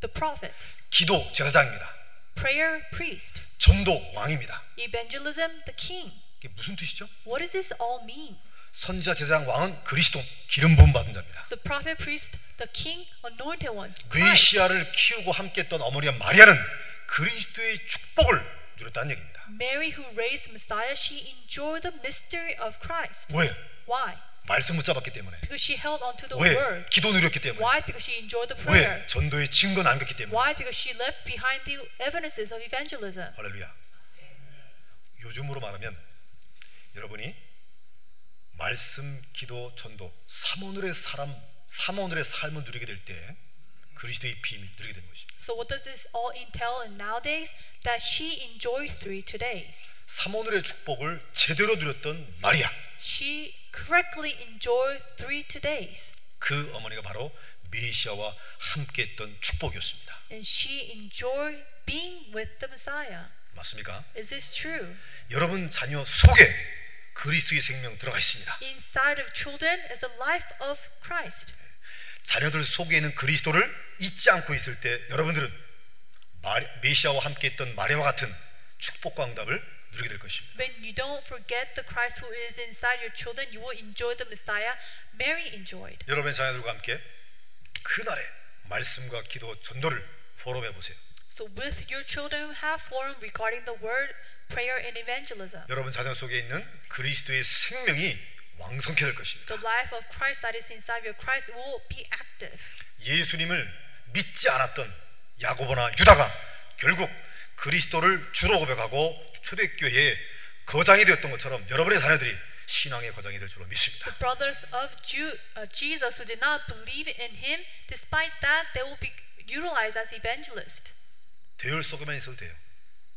S1: the prophet.
S2: 기도 제사장입니다.
S1: Prayer, priest.
S2: 전도 왕입니다.
S1: Evangelism, the king.
S2: 이게 무슨 뜻이죠?
S1: What does this all mean?
S2: 선지자 제사장 왕은 그리스도 기름 부음 받은 자입니다.
S1: So prophet, priest, the king, anointed one. Christ.
S2: 메시아를 키우고 함께했던 어머니와 마리아는 그리스도의 축복을 누렸다는 얘기입니다.
S1: Mary, who raised Messiah, she enjoyed the mystery of Christ.
S2: 왜?
S1: Why?
S2: 말씀 붙잡았기 때문에.
S1: Because she held on to the
S2: 왜?
S1: word.
S2: 기도 누렸기 때문에.
S1: Why? Because she enjoyed the prayer.
S2: 왜? 전도의 증거 남겼기 때문에.
S1: Why? Because she left behind the evidences of evangelism.
S2: 할렐루야. 요즘으로 말하면 여러분이 말씀, 기도, 전도 삼원을의 사람, 삼원을의 삶을 누리게 될 때 그리스도의 비밀 누리게 되는 것입니다.
S1: So what does this all entail in nowadays? That she enjoyed three todays.
S2: 삼원을의 축복을 제대로 누렸던 마리아.
S1: She correctly enjoyed three todays.
S2: 그 어머니가 바로 메시아와 함께했던 축복이었습니다.
S1: And she enjoyed being with the Messiah.
S2: 맞습니까?
S1: Is this true?
S2: 여러분 자녀 속에 그리스도의 생명 들어가 있습니다.
S1: Inside of children is the life of Christ.
S2: 자녀들 속에 있는 그리스도를 잊지 않고 있을 때 여러분들은 마리- 메시아와 함께했던 마리아와 같은 축복과 응답을 누리게 될 것입니다.
S1: When you don't forget the Christ who is inside your children, you will enjoy the Messiah Mary enjoyed.
S2: 여러분의 자녀들과 함께 그날의 말씀과 기도 전도를 포럼해 보세요.
S1: So with your children have forum regarding the word, prayer, and evangelism.
S2: 여러분 자녀 속에 있는 그리스도의 생명이 왕성케 될 것입니다.
S1: The life of Christ that is inside your Christ will be active.
S2: 예수님을 믿지 않았던 야고보나 유다가 결국 그리스도를 주로 고백하고 초대교회의 거장이 되었던 것처럼 여러분의 자녀들이 신앙의 거장이 될 줄로 믿습니다.
S1: Brothers of Ju- uh, Jesus who did not believe in him, despite that, they will be utilized as evangelists.
S2: 대열 속에만 있어도 돼요.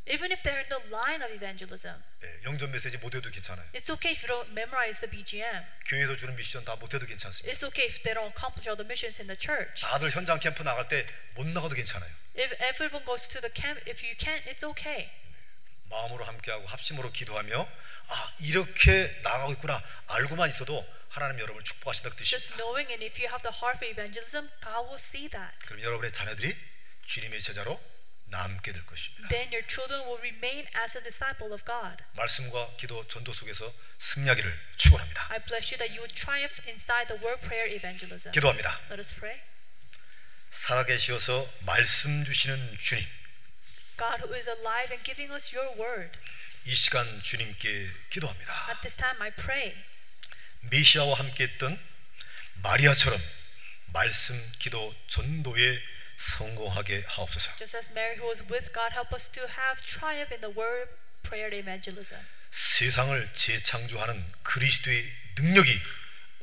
S1: Even if they're in the line of evangelism,
S2: 예, 영전 메시지 못해도 괜찮아요.
S1: it's okay if you don't memorize the BGM.
S2: 교회에서 주는 미션 다 못해도 괜찮습니다.
S1: It's okay if they don't accomplish all the missions in the church.
S2: 다들 현장 캠프 나갈 때 못 나가도 괜찮아요.
S1: If everyone goes to the camp, if you can't, it's okay.
S2: 마음으로 함께하고 합심으로 기도하며 아 이렇게 나가고 있구나 알고만 있어도 하나님 여러분을 축복하신다 그
S1: Just
S2: 뜻입니다.
S1: knowing, and if you have the heart for evangelism, God will see that.
S2: 그럼 여러분의 자녀들이 주님의 제자로 남게 될 것입니다.
S1: Then your children will remain as a disciple of God.
S2: 말씀과 기도 전도 속에서 승리하기를 축원합니다.
S1: I bless you that you would triumph inside the word prayer evangelism.
S2: 기도합니다.
S1: Let us pray.
S2: 살아계시어서 말씀 주시는 주님,
S1: God, who is alive and giving us your word,
S2: 이 시간 주님께 기도합니다.
S1: at this time I pray
S2: 메시아와 함께했던 마리아처럼 말씀, 기도, 전도에 성공하게 하옵소서.
S1: Just as Mary, who was with God, help us to have triumph in the word, prayer, and evangelism.
S2: 세상을 재창조하는 그리스도의 능력이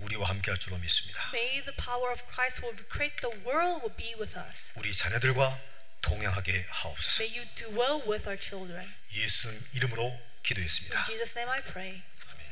S2: 우리와 함께할 줄로 믿습니다.
S1: May the power of Christ who will recreate the world will be with us.
S2: 우리 자녀들과 동행하게 하옵소서.
S1: May you dwell with our children.
S2: 예수 이름으로
S1: In
S2: 기도했습니다.
S1: Jesus' name I pray.